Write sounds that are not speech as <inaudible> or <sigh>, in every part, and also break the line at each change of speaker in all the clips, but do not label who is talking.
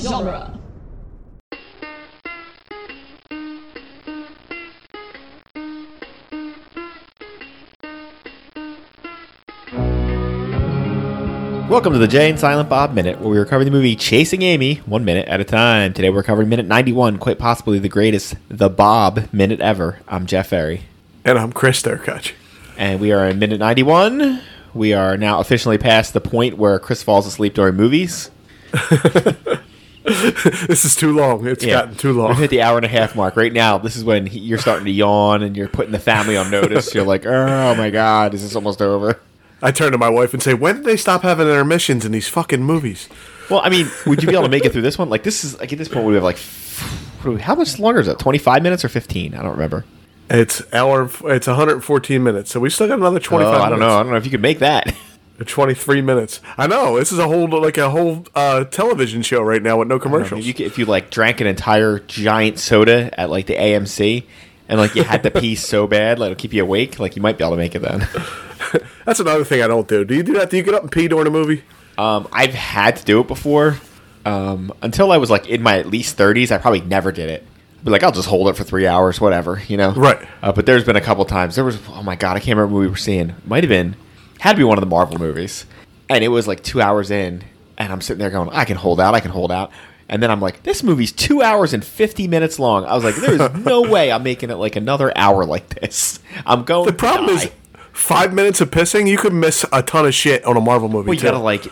genre.
Welcome to the Jay and Silent Bob Minute, where we are covering the movie Chasing Amy one minute at a time. Today we're covering minute 91, quite possibly the greatest The Bob minute ever. I'm Jeff Ferry,
And I'm Chris Durkach.
and we are in minute 91. We are now officially past the point where Chris falls asleep during movies.
<laughs> This is too long. It's gotten too
We've <laughs>
long.
hit the hour and a half mark. Right now, this is when he, you're starting to yawn and you're putting the family on notice. You're like, oh my God, is this almost over?
I turn to my wife and say, When did they stop having intermissions in these fucking movies?
Well, I mean, would you be able to make it through this one? Like, this is, like, at this point, we have like, what do we- how much longer is it? 25 minutes or 15? I don't remember.
It's hour. It's 114 minutes. So we still got another 25.
Oh, I don't know. I
minutes.
don't know if you could make that.
know. 23 minutes. I know. This is a whole like a whole uh, television show right now with no
I mean,
commercials.
you could, if you like drank an entire giant soda at like the AMC, and like you had to pee so bad, like it'll keep you awake. Like you might be able to make it then.
That's another thing I don't do. Do you do that? Do you get up and pee during a movie?
Um, I've had to do it before. Um, until I was like in my at least thirties, I probably never did it. I'd be like, I'll just hold it for three hours, whatever, you know.
Right.
Uh, but there's been a couple times. There was, oh my god, I can't remember what we were seeing. Might have been, had to be one of the Marvel movies, and it was like two hours in, and I'm sitting there going, I can hold out, I can hold out, and then I'm like, this movie's two hours and fifty minutes long. I was like,
<laughs>
there's no way I'm making it like another hour like this. I'm going.
The problem
to
is
die.
five minutes of pissing. You could miss a ton of shit on a Marvel movie.
Well, you
too.
gotta like,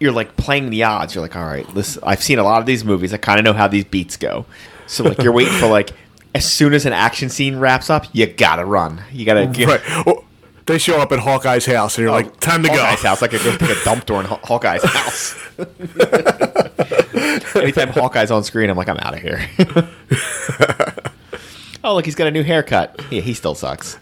you're like playing the odds. You're like, all right, listen, I've seen a lot of these movies. I kind of know how these beats go. So like, you're waiting for like, as soon as an action scene wraps up, you gotta run. You gotta get
right. Well, they show up at Hawkeye's house, and
<laughs>
you're like, "Time to
Oh, Hawkeye's
go."
house. I could go take a dump during Haw- Hawkeye's house. <laughs> Anytime Hawkeye's on screen, I'm like, I'm out of here. <laughs> oh look, he's got a new haircut. Yeah, he still sucks.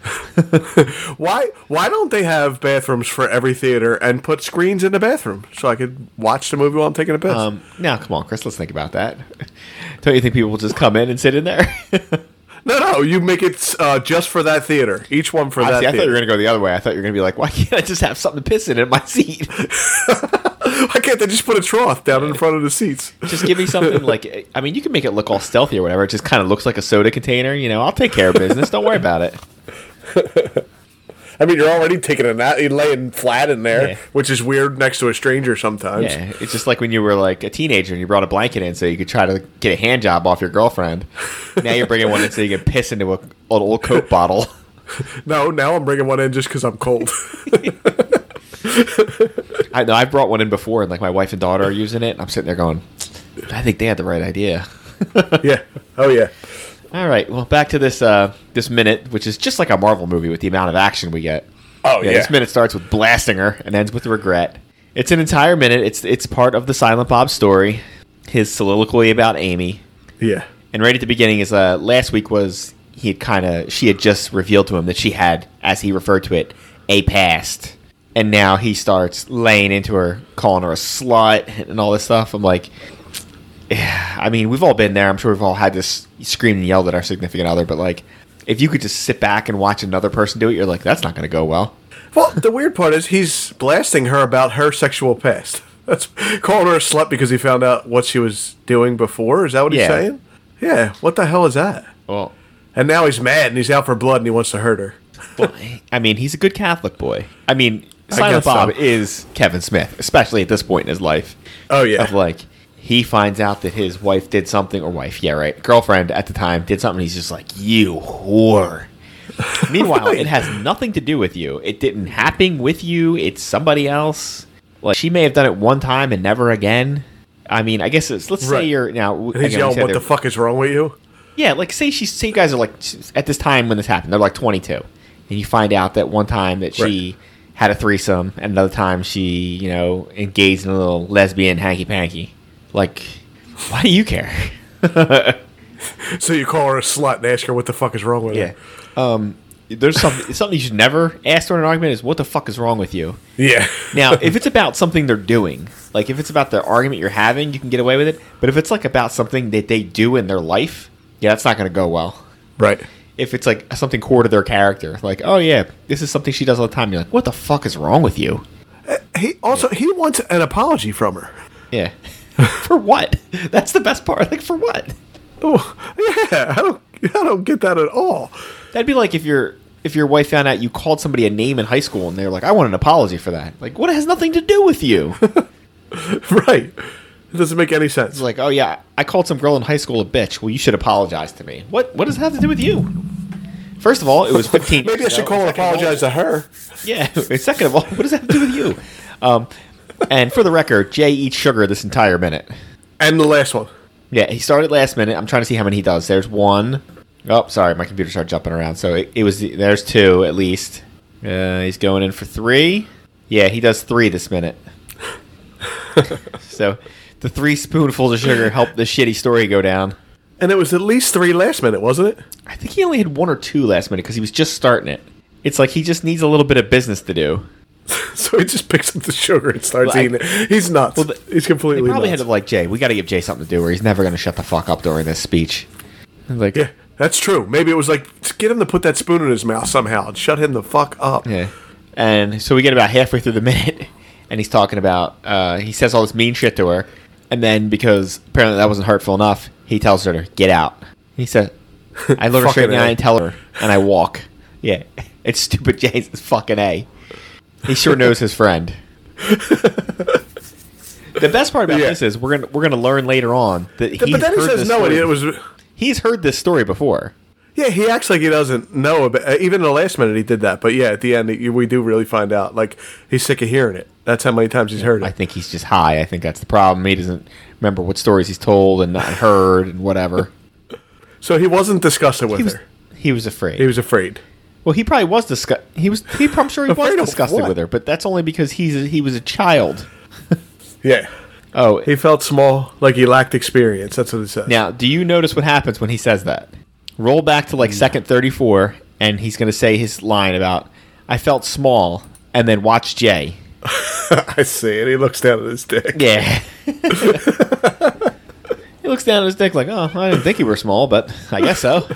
Why why don't they have bathrooms for every theater and put screens in the bathroom so I could watch the movie while I'm taking a piss?
Um, now come on, Chris, let's think about that. Don't you think people will just come in and sit in there? <laughs>
no, no, you make it uh, just for that theater. Each one for
I,
that
see, I thought you
theater.
were going to go the other way. I thought you were going to be like, why can't I just have something to piss in in my seat? <laughs>
<laughs> Why can't they just put a trough down in front of the seats?
just give me something like, I mean, you can make it look all stealthy or whatever. It just kind of looks like a soda container. You know, I'll take care of business. Don't worry about <laughs> it.
I mean, you're already taking a nap, you're laying flat in there,
Yeah.
which is weird next to a stranger sometimes.
Yeah, it's just like when you were like a teenager and you brought a blanket in so you could try to get a hand job off your girlfriend. Now you're bringing one in so you can piss into a, an old Coke bottle. <laughs>
No, now I'm bringing one in just because I'm cold.
I know I've brought one in before and like my wife and daughter are using it. And I'm sitting there going, I think they had the right idea.
<laughs> yeah. <laughs> Oh yeah.
All right. Well, back to this uh, this minute, which is just like a Marvel movie with the amount of action we get.
Oh, yeah.
This minute starts with blasting her and ends with regret. It's an entire minute. It's it's part of the Silent Bob story, his soliloquy about Amy,
Yeah.
and right at the beginning is uh, last week was he had kind of she had just revealed to him that she had, as he referred to it, a past, and now he starts laying into her, calling her a slut and all this stuff. I'm like, I mean, we've all been there. I'm sure we've all had this screamed and yelled at our significant other, but like, if you could just sit back and watch another person do it, you're like, that's not going to go well.
Well, the weird part is he's blasting her about her sexual past. <laughs> That's calling her a slut because he found out what she was doing before. Is that what
Yeah.
he's saying? Yeah. What the hell is that?
Well,
And now he's mad and he's out for blood and he wants to hurt her.
I mean, he's a good Catholic boy. I mean,
I
Silent
guess so.
Bob is Kevin Smith, especially at this point in his life.
Oh, yeah.
Of like, he finds out that his wife did something, or wife, yeah, right, girlfriend at the time did something. He's just like, you
<laughs>
whore. Meanwhile,
Right.
it has nothing to do with you. It didn't happen with you. It's somebody else. Like she may have done it one time and never again. I mean, I guess it's, let's
Right.
say you're now.
And he's
again, we
yelling,
said
"What
they're-
the fuck is wrong with you?"
yeah, like say she say you guys are like at this time when this happened, they're like 22, and you find out that one time that she had a threesome, and another time she you know engaged in a little lesbian hanky panky. Like, why do you care?
So you call her a slut and ask her what the fuck is wrong with her.
<laughs> Um, there's something something you should never ask during an argument is what the fuck is wrong with you.
Yeah.
Now, if it's about something they're doing, like if it's about the argument you're having, you can get away with it. But if it's like about something that they do in their life, yeah, that's not going to go well.
right.
if it's like something core to their character, like, oh yeah, this is something she does all the time. You're like, what the fuck is wrong with you?
He also he wants an apology from her.
Yeah, <laughs> for what? That's the best part. Like for what?
Oh, yeah, I don't, I don't get that at all. <laughs>
That'd be like if your if your wife found out you called somebody a name in high school and they're like, "I want an apology for that." Like, what it has nothing to do with
<laughs>
you?
right. It doesn't make any sense.
It's like, "Oh yeah, I called some girl in high school a bitch. Well, you should apologize to me." What what does it have to do with you? First of all, it was 15
<laughs> Maybe I
years
should
ago.
call and
Second of all-
apologize to her.
Yeah. <laughs> Second of all, what does that have to do with you? Um, and for the record, Jay eats sugar this entire minute.
And the last one.
Yeah, he started last minute. I'm trying to see how many he does. There's one. Oh, sorry, my computer started jumping around. So it, it was there's two at least. Uh, he's going in for three. Yeah, he does three this
<laughs>
minute. so the three spoonfuls of sugar helped the shitty story go down.
And it was at least three last minute, wasn't it? <laughs>
I think he only had one or two last minute because he was just starting it. It's like he just needs a little bit of business to do.
So he just picks up the sugar and starts
Well, I-
eating it. He's nuts.
the-
He's
They
completely
probably had
nuts.
to like Jay. We got to give Jay something to do, or he's never going to shut the fuck up during this speech. Like,
yeah, that's true. Maybe it was like, "Just get him to put that spoon in his mouth somehow and shut him the fuck up.
Yeah. And so we get about halfway through the <laughs> minute, and he's talking about, uh, he says all this mean shit to her. And then, because apparently that wasn't hurtful enough, he tells her to get out. He said, I
<laughs>
look her straight in the
Fucking
eye
A.
and tell her, and I walk. Yeah. <laughs> It's stupid Jay's it's fucking A. He sure knows his
<laughs>
friend. the best part about
Yeah.
this is we're gonna we're gonna learn later on that he's
But then he
heard
says
this
no, and
story.
it was
he's heard this story before.
Yeah, he acts like he doesn't know. About, uh, even in the last minute, he did that. But yeah, at the end, he- we do really find out. Like he's sick of hearing it. That's how many times he's heard
I
it.
think he's just high. I think that's the problem. He doesn't remember what stories he's told and not heard and whatever.
So <laughs> he wasn't disgusting with
He was,
her.
he was afraid.
He was afraid.
well, he probably was disgust. He was. He, I'm
<laughs>
sure he was
Afraid of
disgusted
what?
with her, but that's only because he's a, he was a child.
Yeah,
Oh,
he felt small, like he lacked experience. That's what it says.
now do you notice what happens when he says that? Roll back to like
Mm.
second 34, and he's going to say his line about "I felt small," and then watch Jay.
<laughs> I see it. He looks down at his
<laughs>
dick. <laughs>
Yeah. he looks down at his dick like, "Oh, I didn't think you were small, but I guess
<laughs>
so."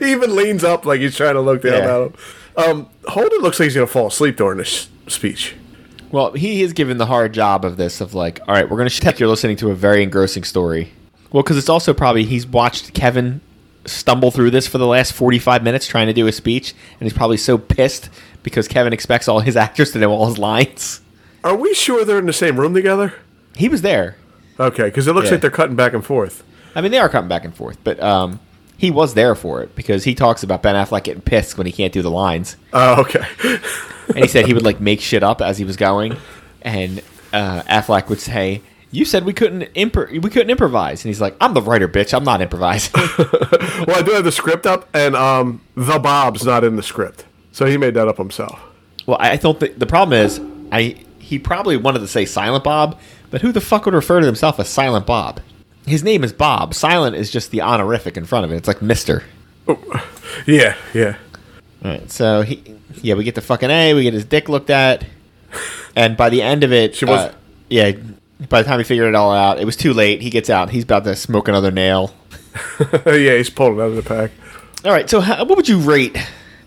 he even leans up, like he's trying to look down
Yeah.
at him. Um, Holden looks like he's gonna fall asleep during this speech.
Well, he is given the hard job of this of like, all right, we're going to check you're listening to a very engrossing story. Well, because it's also probably he's watched Kevin stumble through this for the last 45 minutes trying to do his speech, and he's probably so pissed because Kevin expects all his <laughs> actors to know all his lines.
Are we sure they're in the same room together?
He was there.
Okay, because it looks
Yeah.
like they're cutting back and forth.
I mean, they are coming back and forth, but um, he was there for it because he talks about Ben Affleck getting pissed when he can't do the lines.
Oh, okay. <laughs>
and he said he would like make shit up as he was going, and uh, Affleck would say, "You said we couldn't impro- we couldn't improvise," and he's like, "I'm the writer, bitch. I'm not improvising." <laughs>
Well, I do have the script up, and um, the Bob's not in the script, so he made that up himself.
well, I I don't think the problem is I he probably wanted to say Silent Bob, but who the fuck would refer to himself as Silent Bob? His name is Bob. Silent is just the honorific in front of it. It's like Mister.
Yeah, yeah. <laughs>
All right, so he yeah, we get the fucking a, we get his dick looked at, and by the end of it,
She was-
uh, yeah. By the time he figured it all out, it was too late. He gets out. He's about to smoke another nail.
yeah, he's pulling out of the pack.
All right, so how, what would you rate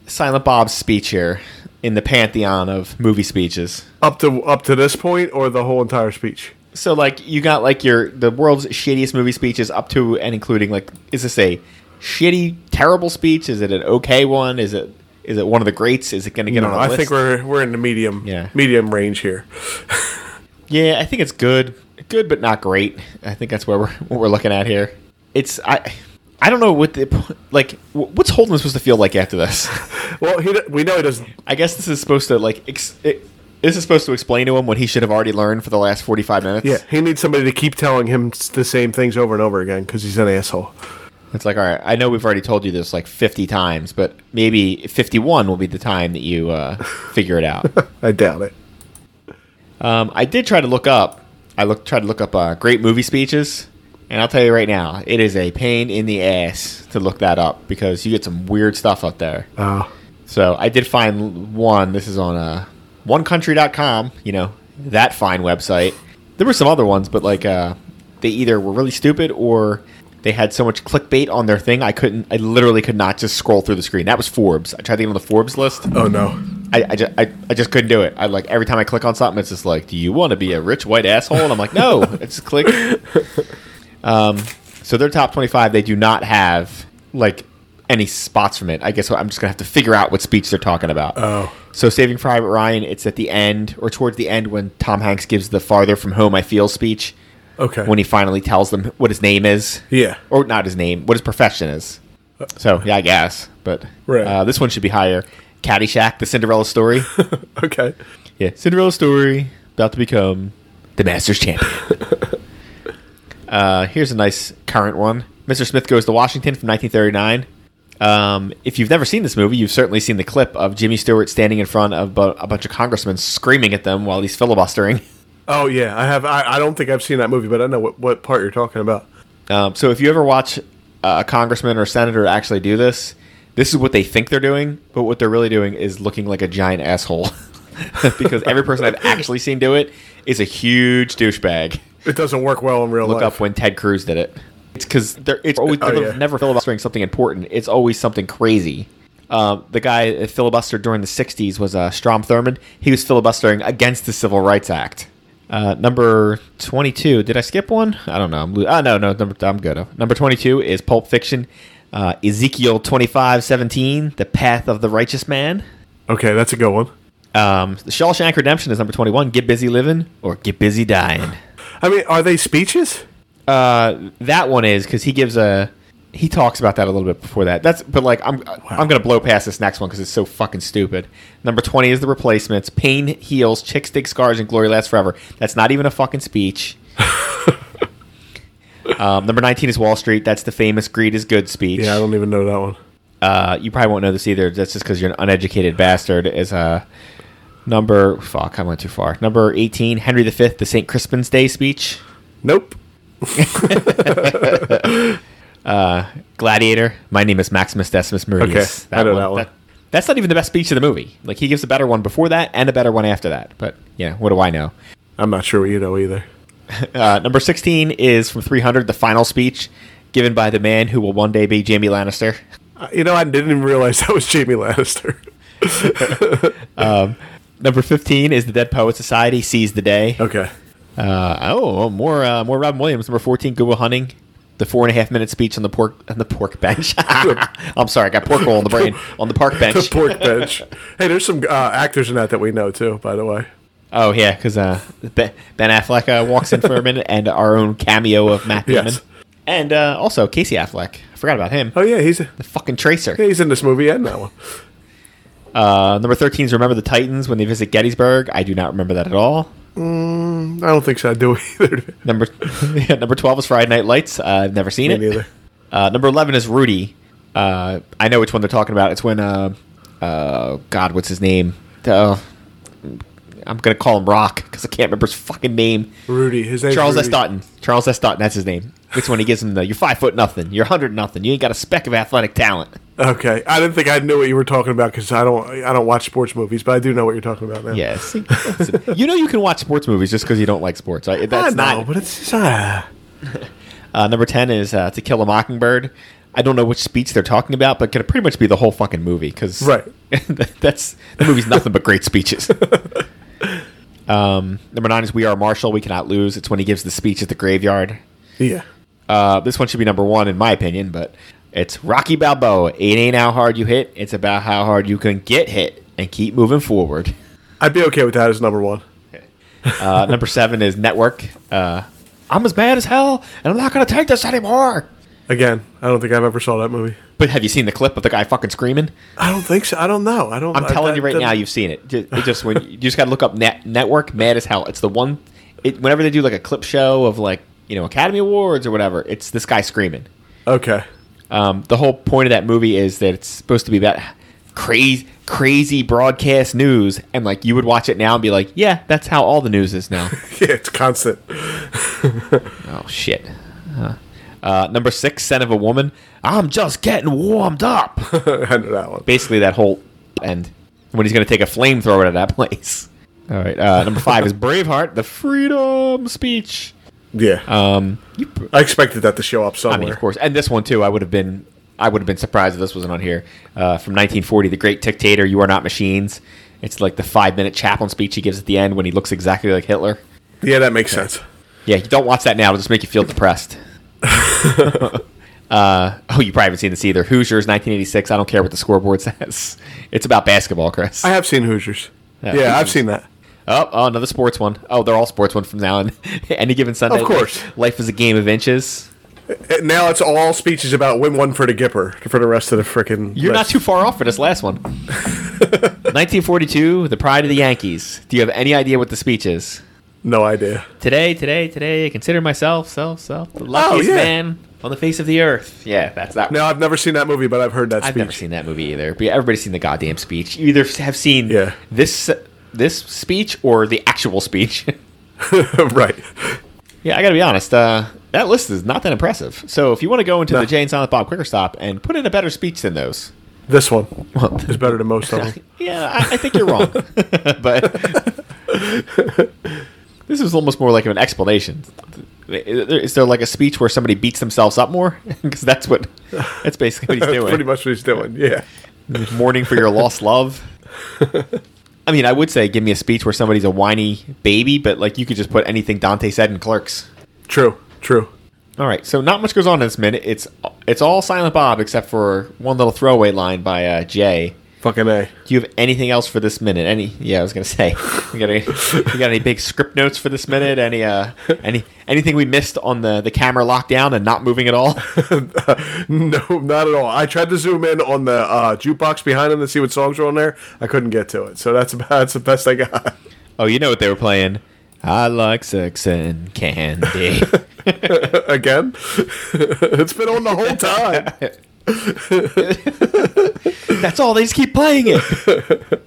Silent Bob's speech here in the pantheon of movie speeches?
Up to up to this point, or the whole entire speech?
So, like, you got like your the world's shittiest movie speeches up to and including like, is this a shitty, terrible speech? Is it an okay one? Is it is it one of the greats? Is it going to get
No,
on?
I
I
think we're we're in the medium
Yeah.
medium range here.
yeah, I think it's good, good but not great. I think that's where we're <laughs> what we're looking at here. It's I. I don't know what the like. wh- What's Holden supposed to feel like after this? <laughs>
Well, he, we know he doesn't.
I guess this is supposed to like ex- it, this is supposed to explain to him what he should have already learned for the last forty five minutes.
Yeah, he needs somebody to keep telling him s- the same things over and over again because he's an asshole.
it's like all right, I know we've already told you this like fifty times, but maybe fifty one will be the time that you uh, figure it out.
I doubt it.
um, I did try to look up. I look tried to look up uh, great movie speeches, and I'll tell you right now, it is a pain in the ass to look that up because you get some weird stuff up there.
Oh,
So I did find one. This is on uh, onecountry.com, you know, that fine website. There were some other ones, but like uh, they either were really stupid or they had so much clickbait on their thing. I couldn't, I literally could not just scroll through the screen. That was Forbes. I tried to get on the Forbes list.
oh no.
I, I, just, I, I just couldn't do it. I like every
<laughs>
time I click on something, it's just like, do you want to be a rich white asshole? And I'm like, no, it's click. Um, so their top 25, they do not have like any spots from it. I guess I'm just gonna have to figure out what speech they're talking about.
Oh.
So Saving Private Ryan, it's at the end or towards the end when Tom Hanks gives the farther from home I feel speech
Okay.
when he finally tells them what his name is.
Yeah.
Or not his name, what his profession is. So yeah, I guess. But
Right.
uh, this one should be higher. Caddyshack, the Cinderella story.
okay.
Yeah, Cinderella story about to become the Masters champion. uh, here's a nice current one. Mr. Smith goes to Washington from 1939. Um, if you've never seen this movie, you've certainly seen the clip of Jimmy Stewart standing in front of bu- a bunch of congressmen screaming at them while he's filibustering. <laughs>
Oh yeah, I have. I, I don't think I've seen that movie, but I know what, what part you're talking about.
Um, so if you ever watch a congressman or senator actually do this, this is what they think they're doing, but what they're really doing is looking like a giant asshole. <laughs> because every person I've actually seen do it is a huge douchebag.
It doesn't work well in real
Look
life.
up when Ted Cruz did it. It's because it's always
Oh,
they're
yeah.
never filibustering something important. It's always something crazy. Um, the guy that filibustered during the '60s was uh, Strom Thurmond. He was filibustering against the Civil Rights Act. Uh, number 22. Did I skip one? I don't know. I'm lo- oh, no, no. Number, I'm good. Number 22 is Pulp Fiction. Uh, Ezekiel 25:17, The Path of the Righteous Man.
Okay, that's a good one.
Um, the Shawshank Redemption is number 21. Get busy living or get busy dying.
I mean, are they speeches?
Uh, that one is because he gives a he talks about that a little bit before that. That's but like I'm I'm gonna blow past this next one because it's so fucking stupid. Number twenty is the replacements. Pain heals, chicks dig scars, and glory lasts forever. That's not even a fucking
<laughs>
speech. um, number nineteen is Wall Street. That's the famous "greed is good" speech.
Yeah, I don't even know that one.
Uh, you probably won't know this either. That's just because you're an uneducated bastard. Is uh, number fuck. I went too far. Number eighteen, Henry V, the Saint Crispin's Day speech.
Nope.
Gladiator. My name is Maximus Decimus Meridius.
Okay, I know that one.
that's not even the best speech of the movie. Like he gives a better one before that and a better one after that. But yeah, what do I know?
I'm not sure what you know either.
Uh, number sixteen is from 300, the final speech given by the man who will one day be Jamie Lannister. <laughs>
Uh, You know, I didn't even realize <laughs> that was Jamie Lannister. <laughs>
Number fifteen is the Dead Poet Society sees the day.
Okay.
Uh, oh, more uh, more Robin Williams. Number fourteen, Google Hunting. The four and a half minute speech on the pork on the pork
<laughs>
bench. <laughs> I'm sorry, I got pork roll in the brain on the park
The <laughs>
bench. <laughs>
pork bench. Hey, there's some uh, actors in that that we know too, by the way.
Oh yeah, because uh, Ben Ben Affleck uh, walks in for a minute, and our own cameo of Matt Damon,
Yes.
and uh, also Casey Affleck. I forgot about him.
Oh yeah, he's yeah,
The fucking Tracer.
he's in this movie and that one.
Uh, number thirteen is Remember the Titans when they visit Gettysburg. I do not remember that at all.
I don't think so. I do <laughs> either.
Number <laughs> yeah, number twelve is Friday Night Lights. Uh, I've never seen
Me
it.
neither.
Uh, number eleven is Rudy. Uh, I know which one they're talking about. It's when uh, uh, God, what's his name? Uh, I'm gonna call him Rock because I can't remember his fucking name.
Rudy. His name.
Charles
Rudy.
S. Dutton. Charles S. Dutton. That's his name. It's when he gives him the "You're five foot nothing. You're hundred nothing. You ain't got a speck of athletic talent."
Okay, I didn't think I knew what you were talking about because I don't I don't watch sports movies, but I do know what you're talking about now.
Yes. you know you can watch sports movies just because you don't like sports. I,
I
that's
know,
not
but it's just, ah.
uh, number ten is uh, "To Kill a Mockingbird." I don't know which speech they're talking about, but could pretty much be the whole fucking movie because
Right.
<laughs> that's the movie's nothing but great
<laughs>
speeches. um, number nine is "We Are Marshall. We Cannot Lose." It's when he gives the speech at the graveyard.
yeah.
Uh, this one should be number one in my opinion, but it's Rocky Balboa. It ain't how hard you hit; it's about how hard you can get hit and keep moving forward.
I'd be okay with that as number one.
Uh, number seven is Network. Uh, I'm as bad as hell, and I'm not gonna take this anymore.
Again, I don't think I've ever saw that movie.
But have you seen the clip of the guy fucking screaming?
I don't think so. I don't know. I don't.
I'm
I-
telling
that-
you right
that-
now, you've seen it. Ju- it just when you just gotta look up net, Network. Mad as hell. It's the one. It, whenever they do like a clip show of like you know Academy Awards or whatever, it's this guy screaming.
Okay. <laughs>
Um, the whole point of that movie is that it's supposed to be about crazy, crazy broadcast news, and like you would watch it now and be like, "Yeah, that's how all the news is now."
Yeah, it's constant. <laughs>
oh shit. Huh. Uh, number six, "Son of a Woman." I'm just getting warmed up.
<laughs> I know that one.
Basically, that whole end when he's going to take a flamethrower to that <laughs> place. All right. Uh, number five is Braveheart, the freedom speech.
Yeah.
Um, you
I expected that to show up somewhere.
I mean, of course, and this one too. I would have been, I would have been surprised if this wasn't on here. Uh, from 1940, The Great Dictator, You Are Not Machines. It's like the five-minute chaplain speech he gives at the end when he looks exactly like Hitler.
Yeah, that makes sense. <laughs>
Yeah, you don't watch that now; it'll just make you feel depressed. uh, oh, you probably haven't seen this either. Hoosiers, 1986. I don't care what the scoreboard <laughs> says. It's about basketball, Chris.
I have seen Hoosiers.
Yeah,
Yeah,
Hoosiers.
I've seen that.
Oh, oh, another sports one. Oh, they're all sports one from now on. <laughs> Any given Sunday.
Of course.
Life is a game of inches.
Uh, Now it's all speeches about win one for the Gipper for the rest of the frickin'
You're not
list.
too far off for this last one.
<laughs>
1942, the pride of the Yankees. Do you have any idea what the speech is?
no idea.
Today, today, today, I consider myself, self, self, the luckiest
Oh, yeah.
man on the face of the earth. Yeah, that's that.
No, I've never seen that movie, but I've heard that
I've
speech.
never seen that movie either. But everybody's seen the goddamn speech. You either have seen
Yeah.
this this speech or the actual speech. <laughs>
<laughs> right.
yeah, I gotta be honest. Uh, that list is not that impressive. So if you want to go into
No.
the Jay and Silent Bob Quicker Stop and put in a better speech than those,
This one
well,
is better than most
<laughs>
of them.
yeah, I, I think you're
<laughs>
wrong. <laughs> but this is almost more like an explanation. Is there like a speech where somebody beats themselves up more? <laughs> Because that's what that's basically what he's
That's
doing.
<laughs> pretty much what he's doing. Yeah.
mourning for your lost love. I mean, I would say give me a speech where somebody's a whiny baby, but like you could just put anything Dante said in clerks.
True. True.
All right, so not much goes on in this minute. It's it's all Silent Bob except for one little throwaway line by uh, Jay.
Fucking a. <laughs>
Do you have anything else for this minute? Any? Yeah, I was gonna say. You got any, you got any big script notes for this minute? Any? Uh, any? Anything we missed on the the camera lockdown and not moving at
<laughs>
all?
no, not at all. I tried to zoom in on the uh, jukebox behind him to see what songs were on there. I couldn't get to it. So that's <laughs> about that's the best I got. <laughs>
Oh, you know what they were playing? I like sex and
<laughs>
candy.
Again, <laughs> it's been on the whole
<laughs>
time.
That's all. They just keep playing it.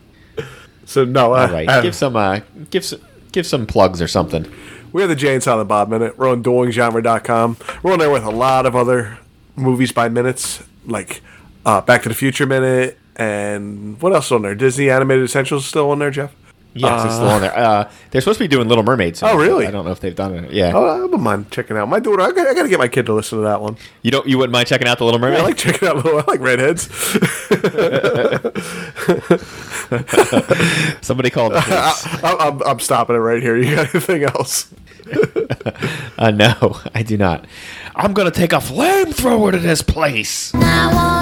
So no, I,
All right,
I-
give some uh, give some give some plugs or something.
we're the Jay and Silent Bob Minute. We're on duelinggenre.com. We're on there with a lot of other movies by minutes, like uh, Back to the Future Minute, and what else is on there? Disney Animated Essentials is still on there, Jeff.
Yes, it's still on there. Uh, they're supposed to be doing Little Mermaid. Soon,
Oh, really?
I don't know if they've done it. Yeah,
Oh, I wouldn't mind checking out my daughter. I got, I got to get my kid to listen to that one.
you don't. You wouldn't mind checking out the Little Mermaid?
I like checking out little. I like redheads. <laughs>
Somebody
<laughs>
called. the police.
I, I'm, I'm stopping it right here. You got anything else?
<laughs> uh, no, I do not. I'm gonna take a flamethrower to this place.
I wanna